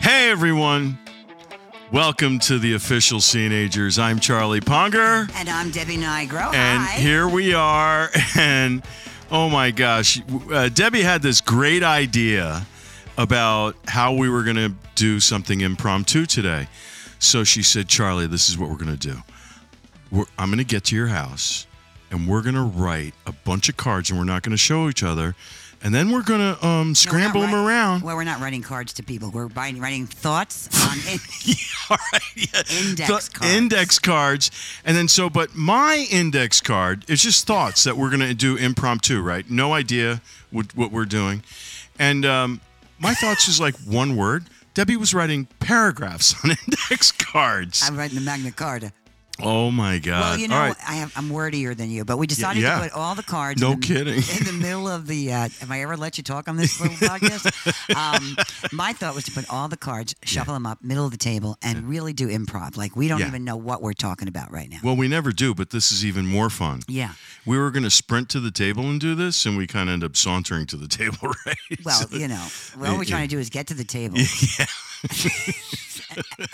Hi, everyone. Welcome to the official Teenagers. I'm Charlie Ponger, And I'm Debbie Nigro. and Hi. here we are. And oh my gosh, uh, Debbie had this great idea about how we were going to do something impromptu today. So she said, Charlie, this is what we're going to do. We're, I'm going to get to your house and we're going to write a bunch of cards and we're not going to show each other. And then we're going to um, No, we're not scramble them writing- around. Well, we're not writing cards to people. We're buying, writing thoughts on in, All right, yeah. index Th- cards. index cards. And then so, but my index card is just thoughts that we're going to do impromptu, right? No idea what, what we're doing. And um, my thoughts is like one word. Debbie was writing paragraphs on index cards. I'm writing the Magna Carta. oh my God. Well, you know, All right. I have, I'm wordier than you, but we decided yeah. to put all the cards. No in the, kidding. In the middle of the, uh, have I ever let you talk on this little podcast? Um, my thought was to put all the cards, shuffle them up, middle of the table, and really do improv. Like we don't Yeah. even know what we're talking about right now. Well, we never do, but this is even more fun. yeah. We were going to sprint to the table and do this, and we kind of end up sauntering to the table, right? Well, So- you know, all we're trying to do is get to the table. Yeah.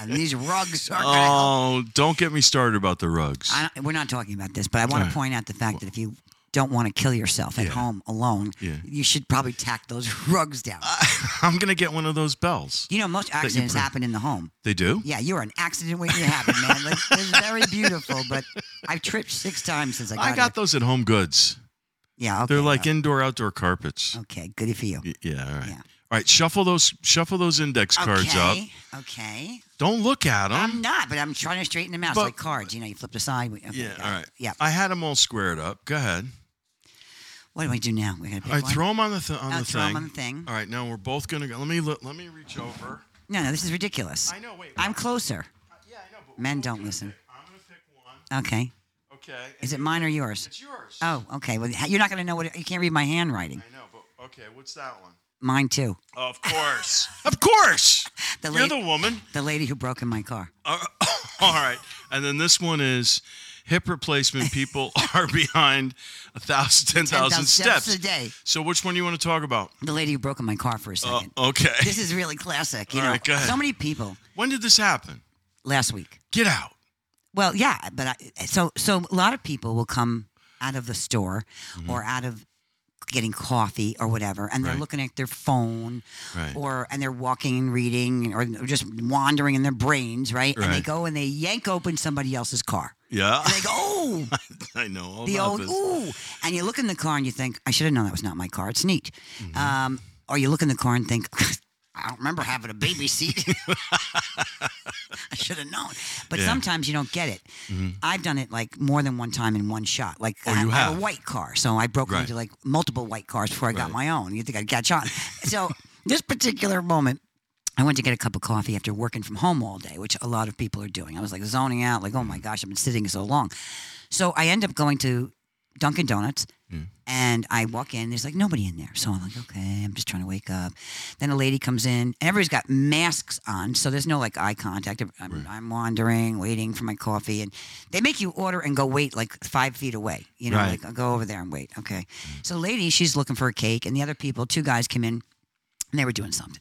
and these rugs are. gonna help. oh, don't get me started about the rugs. I, we're not talking about this, but I want to point out the fact that if you don't want to kill yourself at home alone, Yeah. you should probably tack those rugs down. I'm going to get one of those bells. you know, most accidents put- happen in the home. They do? Yeah, you're an accident waiting to happen, man. Like, it's very beautiful, but I've tripped six times since I got, I got those at Home Goods. here. Yeah, okay, They're like well, indoor outdoor carpets. okay, goody for you. Y- Yeah, all right. Yeah. All right, shuffle those shuffle those index cards up. okay, okay. Don't look at them. I'm not, but I'm trying to straighten them out. But- it's like cards, you know, you flip the side. Okay, yeah, got all it. right. Yeah. I had them all squared up. Go ahead. What do we do now? We're gonna pick All right, one? throw them on the th- on Oh, the throw thing. 'em on the thing. All right, now we're both gonna go. Let me look, let me reach over. No, no, this is ridiculous. I know. Wait. uh, I'm closer. yeah, I know. But Men we're don't gonna listen. pick- I'm gonna pick one. Okay. Okay. and Is it you- mine or yours? It's yours. Oh, okay. Well, you're not going to know what it, you can't read my handwriting. I know, but okay. What's that one? Mine too. Of course. of course. The You're lady, the the-, woman. lady who broke in my car. Uh, all right. And then this one is hip replacement people are behind a thousand, ten thousand 10,000 steps steps. a day. So which one do you want to talk about? The lady who broke in my car for a Uh, second. okay. This is really classic. You All know, right, go ahead. so many people When did this happen? last week. Get out. Well, yeah, but I, so so a lot of people will come out of the store or out of getting coffee or whatever, and they're Mm-hmm. Right. looking at their phone, Right. or and they're walking and reading, or just wandering in their brains, right? And they Right. go and they yank open somebody else's car. Yeah. And they go, oh, I know all the about old this. ooh, and you look in the car and you think, I should have known that was not my car. It's neat. Mm-hmm. Um, or you look in the car and think, I don't remember having a baby seat. I should have known. But Yeah. Mm-hmm. sometimes you don't get it. I've done it like more than one time in one shot. Like Oh, I, you I have. a white car, so I broke Right. into like multiple white cars before I got Right. my own. You think I'd catch on? so this particular moment. I went to get a cup of coffee after working from home all day, which a lot of people are doing. I was like zoning out, like, oh Mm. my gosh, I've been sitting so long. So I end up going to Dunkin' Donuts and I walk in. There's like nobody in there. So I'm like, okay, I'm just trying to wake up. Then a lady comes in and everybody's got masks on. So there's no like eye contact. I'm, I'm wandering, waiting for my coffee. And they make you order and go wait like five feet away. You know, Right. like I'll go over there and wait. Okay. So the lady, she's looking for a cake. And the other people, two guys came in and they were doing something.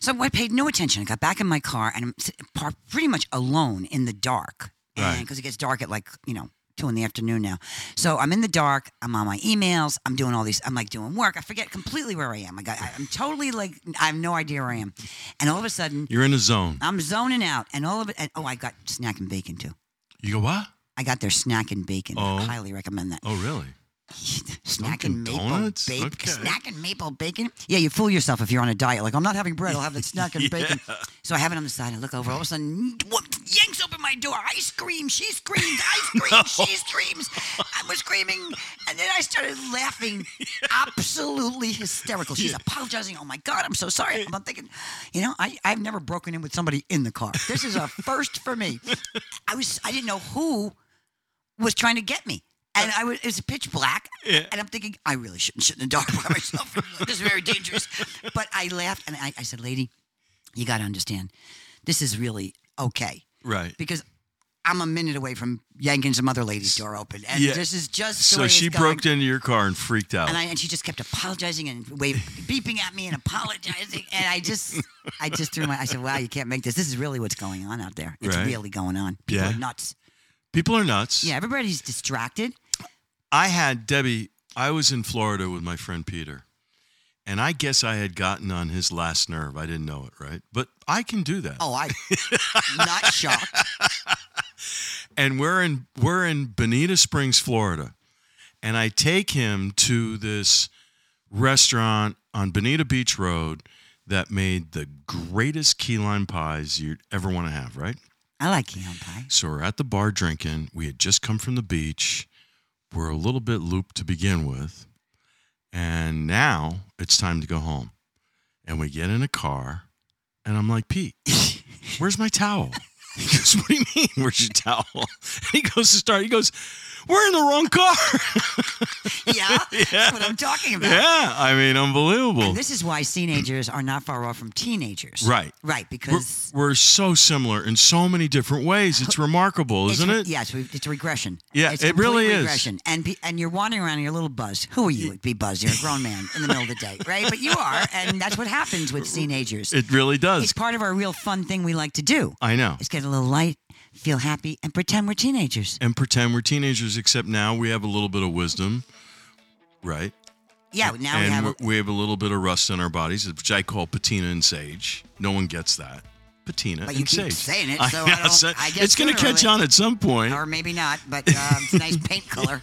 So I paid no attention. I got back in my car and I'm sit- par- pretty much alone in the dark. Right. Because it gets dark at like, you know, two in the afternoon now. So I'm in the dark. I'm on my emails. I'm doing all these. I'm like doing work. I forget completely where I am. I got, I- I'm totally like, I have no idea where I am. And all of a sudden, You're in a zone. I'm zoning out. And all of it, and, oh, I got snack and bacon too. You go, what? I got their snack and bacon. Oh. I highly recommend that. Oh, really? snack Dunkin' and maple Donuts? bacon. Okay. Snack and maple bacon. Yeah, you fool yourself if you're on a diet. Like I'm not having bread. I'll have the snack and bacon. So I have it on the side. I look over. All of a sudden, whoop, yanks open my door. I scream. She screams. I scream. She screams. I was screaming, and then I started laughing, absolutely hysterical. She's apologizing. Oh my god, I'm so sorry. I'm thinking, you know, I I've never broken in with somebody in the car. This is a first for me. I was I didn't know who was trying to get me. And I was, it was pitch black, Yeah. and I'm thinking I really shouldn't sit in the dark by myself. this is very dangerous. But I laughed and I, I said, "Lady, you got to understand, this is really okay Right. because I'm a minute away from yanking some other lady's door open, and Yeah. this is just the So way she it's going. broke into your car and freaked out. and I and she just kept apologizing and wave, beeping at me and apologizing, and I just I just threw my I said, "Wow, you can't make this. This is really what's going on out there. It's Right. really going on. People Yeah. are nuts. People are nuts. Yeah, everybody's distracted. I had Debbie. I was in Florida with my friend Peter, and I guess I had gotten on his last nerve. I didn't know it, right? But I can do that. Oh, I not shocked. and we're in we're in Bonita Springs, Florida, and I take him to this restaurant on Bonita Beach Road that made the greatest key lime pies you'd ever want to have, right? I like key lime pie. So we're at the bar drinking. We had just come from the beach. We're a little bit looped to begin with. And now it's time to go home. And we get in a car. And I'm like, Pete, where's my towel? He goes, What do you mean, where's your towel? And he goes to start. He goes, We're in the wrong car. Yeah, that's what I'm talking about. yeah. I mean, unbelievable. And this is why teenagers are not far off from teenagers. Right. Right, We're, because we're so similar in so many different ways. It's remarkable, it's isn't re- it? Yes, we- it's regression. Yeah, it's it complete really is. regression. And pe- and you're wandering around in your little buzz. Who are you? to Be buzz. You're a grown man in the middle of the day, right? But you are, and that's what happens with teenagers. It really does. it's part of our real fun thing we like to do. I know. Is get a little light, feel happy, and pretend we're teenagers. and pretend we're teenagers, except now we have a little bit of wisdom, right? Yeah. Now we and have. we- we have a little bit of rust on our bodies, which I call patina and sage. No one gets that. Patina But and you keep sage. saying it, so I know, don't- so I guess it's going to sooner or catch later- on at some point. uh, or maybe not, but um, it's a nice paint color.